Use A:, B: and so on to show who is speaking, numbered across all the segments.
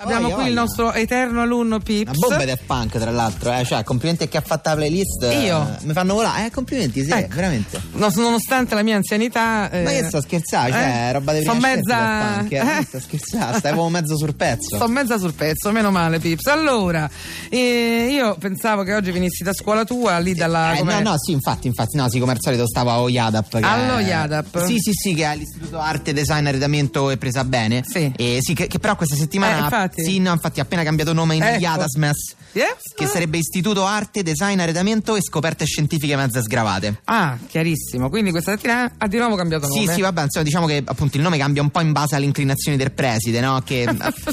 A: Abbiamo
B: Oi,
A: qui
B: oi.
A: il nostro eterno alunno
B: Una bomba
A: Pips.
B: del punk, tra l'altro, eh. Cioè, complimenti a chi ha fatto la playlist. eh,
A: Io?
B: Mi fanno volare. Eh, complimenti, sì,
A: Ecco.
B: veramente.
A: No, nonostante la mia anzianità.
B: Ma
A: eh,
B: io sto scherzando, cioè,
A: eh,
B: roba di prima
A: Sono
B: scelta
A: mezza.
B: del punk. eh.
A: eh,
B: Sto scherzando, stavo mezzo sul pezzo.
A: Sto mezza sul pezzo, meno male Pips. Allora, eh, io pensavo che oggi venissi da scuola tua, lì dalla...
B: Eh, no,
A: com'è?
B: no, sì, infatti, infatti, no, sì, come al solito stavo a OIADAP. che
A: Allo
B: è-
A: IADAP.
B: Sì, sì, sì, che è l'Istituto Arte, Design, Arredamento e Presa Bene.
A: Sì.
B: Eh, sì, che, che però questa
A: Eh,
B: settimana.
A: infatti.
B: Sì, no, infatti, ha appena cambiato nome in
A: Ecco.
B: IADASMES.
A: Yes.
B: Che sarebbe Istituto Arte, Design, Arredamento e Scoperte Scientifiche Mezze Sgravate.
A: Ah, chiarissimo. Quindi questa settimana ha di nuovo cambiato nome.
B: Sì, sì, vabbè, insomma, diciamo che appunto il nome cambia un po' in base alle inclinazioni del preside, no? Che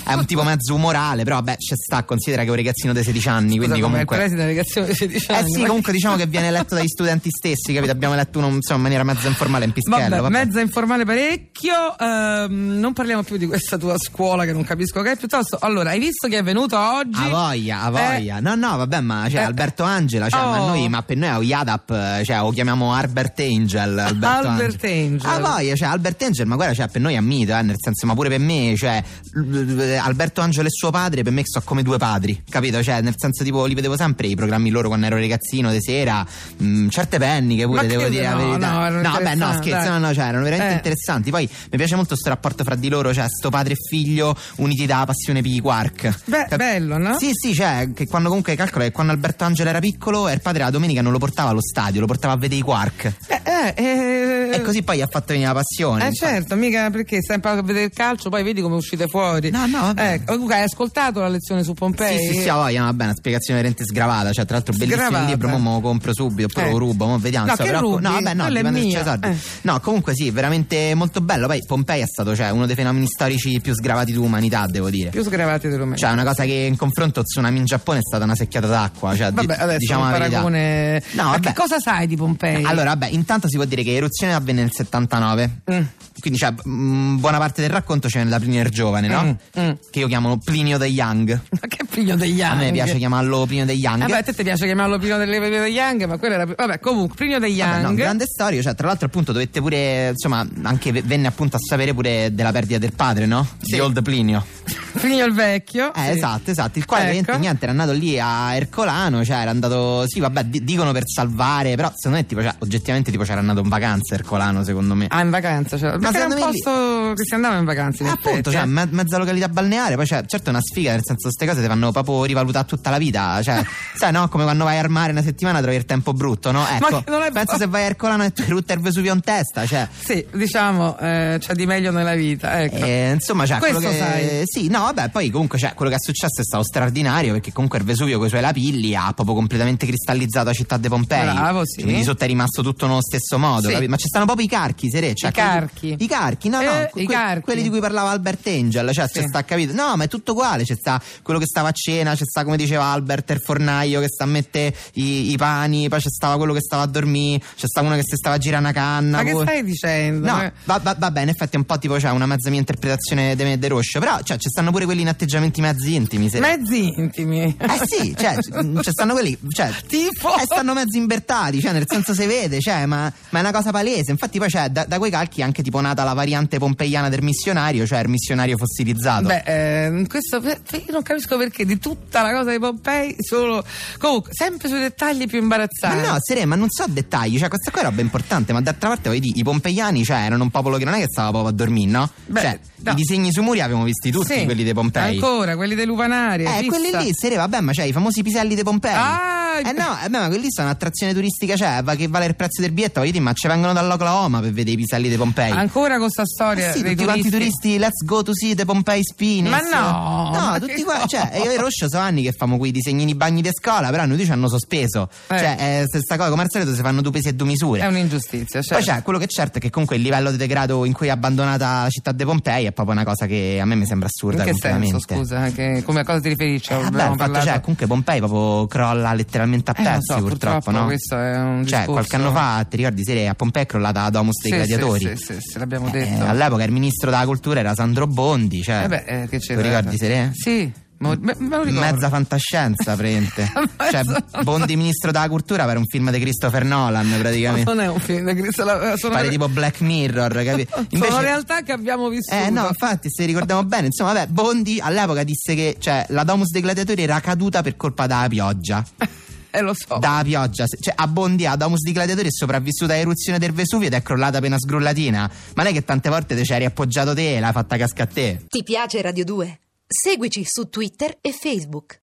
B: è un tipo mezzo umorale, però vabbè, ci sta, considera che è un ragazzino di 16 anni,
A: Scusa,
B: quindi
A: com'è? Il
B: comunque...
A: preside della delegazione di 16
B: Eh
A: anni.
B: sì,
A: ma-
B: comunque diciamo che viene eletto dagli studenti stessi, capito? Abbiamo eletto uno insomma, in maniera mezzo informale, in pischello.
A: Vabbè,
B: vabbè.
A: mezza informale parecchio. ehm, non parliamo più di questa tua scuola che non capisco che è. Piuttosto, allora, hai visto che è venuto oggi?
B: A voglia, a
A: Eh,
B: voglia. No, no, vabbè, ma cioè,
A: Eh.
B: Alberto Angela, cioè, ma
A: Oh.
B: noi, ma per noi è Yadap, cioè, lo chiamiamo Albert Angel. Alberto
A: Eh, Albert Angel.
B: A voglia, cioè, Albert Angel, ma guarda, cioè, per noi è mito, eh, nel senso, ma pure per me, cioè, l- l- Alberto Angel e suo padre, per me sono come due padri, capito? Cioè, nel senso, tipo, li vedevo sempre i programmi loro quando ero ragazzino, di sera, mh, certe penniche pure,
A: Ma che
B: devo
A: io-
B: dire
A: no,
B: la verità.
A: no, erano
B: vabbè, no,
A: interessanti,
B: scherzo,
A: dai.
B: no, no, cioè, erano veramente
A: Eh.
B: interessanti. Poi mi piace molto questo rapporto fra di loro, cioè, sto padre e figlio uniti dalla passione per i quark.
A: Beh,
B: Cap-
A: bello, no?
B: Sì, sì, cioè, che quando comunque calcola che quando Alberto Angela era piccolo, eh, il padre la domenica non lo portava allo stadio, lo portava a vedere i quark.
A: Eh, eh, eh,
B: E così poi gli ha fatto venire la passione.
A: Eh
B: infatti.
A: certo, mica perché stai imparando a vedere il calcio, poi vedi come uscite fuori.
B: No, no, vabbè.
A: Ecco, comunque hai ascoltato la lezione su Pompei?
B: Sì, sì, sì, ha voglia, ma vabbè, una spiegazione veramente sgravata. Cioè, tra l'altro, bellissimo il
A: Sgravata.
B: libro. Mo me lo compro subito, oppure
A: Eh.
B: lo rubo, mo vediamo.
A: No,
B: so,
A: che
B: però,
A: rubi?
B: no, vabbè, no,
A: Quello è
B: dipende se
A: mio.
B: c'è soldi.
A: Eh.
B: No, comunque sì, veramente molto bello. Poi Pompei è stato, cioè, uno dei fenomeni storici più sgravati d'umanità, devo dire.
A: Più sgravate di Romeo.
B: Cioè, è una cosa che in confronto tsunami in Giappone è stata una secchiata d'acqua. Cioè, di-
A: Vabbè, adesso
B: diciamo
A: un
B: la verità.
A: paragone.
B: No,
A: Ma
B: vabbè.
A: che cosa sai di Pompei?
B: Allora, vabbè, intanto si può dire che l'eruzione avvenne nel 79.
A: Mm.
B: Quindi, cioè, mh, buona parte del racconto c'è nella Plinio del Giovane, no?
A: Mm, mm.
B: Che io chiamo Plinio the Young.
A: Ma che figlio degli
B: A
A: anni?
B: me piace chiamarlo Plinio the Young.
A: Vabbè, a te ti piace chiamarlo Plinio delle Plinio degli Young, ma quello era. Vabbè, comunque, Plinio degli
B: Vabbè,
A: Young.
B: Eh, no, un grande storia, cioè, tra l'altro, appunto, dovette pure, insomma, anche v- venne appunto a sapere pure della perdita del padre, no?
A: Sì.
B: Di Old Plinio.
A: Plinio il vecchio.
B: Eh,
A: sì.
B: esatto, esatto. Il quale
A: Ecco.
B: veramente, niente, era andato lì a Ercolano, cioè era andato, sì, vabbè, di- dicono per salvare, però secondo me tipo, cioè, oggettivamente tipo c'era andato in vacanza a Ercolano, secondo me.
A: Ah, in vacanza, cioè. Perché era un
B: secondo me lì-
A: posto che si andava in vacanza. In
B: Eh,
A: effetti,
B: appunto, cioè,
A: eh.
B: me- mezza località balneare, poi cioè, certo è una sfiga, nel senso queste cose ti fanno proprio rivalutare tutta la vita, cioè, sai no, come quando vai al mare una settimana trovi il tempo brutto, no? Ecco,
A: che non è-
B: penso se vai a Ercolano e tu rutte il Vesuvio in testa, cioè
A: Sì, diciamo, eh, c'è di meglio nella vita. Ecco.
B: Eh, insomma, cioè,
A: Questo
B: quello che,
A: sai.
B: Sì, no, vabbè, poi comunque cioè, quello che è successo è stato straordinario perché comunque il Vesuvio con i suoi lapilli ha proprio completamente cristallizzato la città di Pompei.
A: Bravo, sì.
B: Cioè, quindi sotto è rimasto tutto nello stesso modo,
A: Sì.
B: capi? ma ci stanno proprio i carchi, Sere. Cioè,
A: I
B: quelli-
A: carchi.
B: I carchi, no, no,
A: Eh,
B: que-
A: i
B: que-
A: carchi.
B: quelli di cui parlava Albert Angel, cioè
A: Sì.
B: c'è sta capito. No, ma è tutto uguale, c'è sta quello che stava a cena, c'è sta come diceva Albert il fornaio che sta a mettere i, i pani, poi c'è stava quello che stava a dormire, c'è sta uno che si stava a girare una canna.
A: ma che
B: poi-
A: stai dicendo?
B: No,
A: Eh.
B: va, va, vabbè, in effetti è un po' tipo cioè, una mezza mia interpretazione de, de Roscio, però cioè, ci stanno pure quelli in atteggiamenti mezzi intimi. se-
A: Mezzi intimi.
B: Eh sì, cioè, mm, ci stanno quelli. Cioè,
A: Tipo?
B: Eh, stanno mezzi imbertati, cioè, nel senso si vede, cioè, ma, ma è una cosa palese. Infatti, poi cioè, da, da quei calchi è anche tipo nata la variante pompeiana del missionario, cioè il missionario fossilizzato.
A: Beh, ehm, questo per- per- io non capisco perché di tutta la cosa di Pompei solo. Comunque, sempre sui dettagli più
B: Ma
A: imbarazzanti.
B: no, Sere, ma non so dettagli, cioè questa qua è roba importante, ma d'altra parte vedi, i pompeiani, cioè, erano un popolo che non è che stava proprio a dormire, no?
A: Beh,
B: cioè,
A: no.
B: i disegni su muri abbiamo visti tutti
A: Sì.
B: quelli dei Pompei.
A: Ancora, quelli dei Lupanari.
B: Eh,
A: fissa.
B: quelli lì, Sere, vabbè, ma c'è i famosi piselli di Pompei.
A: Ah,
B: eh no, eh, beh, ma quelli lì sono un'attrazione turistica, cioè, va- che vale il prezzo del biglietto, voglio dire, ma ci vengono dall'Oklahoma per vedere i piselli di Pompei.
A: Ancora con sta storia
B: Eh sì,
A: dei
B: tutti quanti i turisti, let's go to see the Pompei Spines.
A: Ma no,
B: no,
A: ma che
B: tutti qua, cioè,
A: cosa?
B: io e Roscio so anni che famo quei disegnini bagni di scuola, però noi ci hanno sospeso.
A: Eh.
B: Cioè, eh, stessa cosa, come al solito si fanno due pesi e due misure.
A: È un'ingiustizia,
B: Poi
A: certo.
B: c'è, quello che è certo è che comunque il livello di degrado in cui è abbandonata la città di Pompei è proprio una cosa che a me mi sembra
A: In
B: assurda
A: che senso,
B: completamente.
A: scusa? eh, Che, come a cosa ti riferisci?
B: Eh, vabbè,
A: Abbiamo
B: infatti,
A: parlato-
B: cioè, comunque Pompei proprio crolla letteralmente a
A: Eh, lo
B: pezzi,
A: so,
B: purtroppo, no?
A: questo è un
B: Cioè,
A: discorso-
B: qualche anno fa, ti ricordi, se a Pompei è crollata la Domus dei
A: Sì,
B: Gladiatori.
A: Sì, sì, sì, sì, l'abbiamo
B: Eh,
A: detto.
B: all'epoca il ministro della cultura era Sandro Bondi, cioè.
A: Eh beh, eh, che c'è
B: Lo
A: da-
B: ricordi, Sere?
A: Sì. Mo- me- me lo ricordo.
B: Mezza fantascienza, praticamente. cioè,
A: Mezza-
B: Bondi ministro della cultura era un film di Christopher Nolan, praticamente.
A: Non è un film, Cristo, la- sono,
B: Pare tipo Black Mirror, capi?
A: sono
B: Invece-
A: realtà che abbiamo vissuto.
B: Eh no, infatti, se ricordiamo bene, insomma, vabbè, Bondi all'epoca disse che cioè, la Domus dei Gladiatori era caduta per colpa della pioggia.
A: Eh, lo so.
B: Dalla pioggia, Se- cioè a Bondi, la Domus dei Gladiatori è sopravvissuta all'eruzione del Vesuvio ed è crollata appena sgrullatina. Ma non è che tante volte te ci eri appoggiato te e l'hai fatta casca a te.
C: Ti piace Radio 2? Seguici su Twitter e Facebook.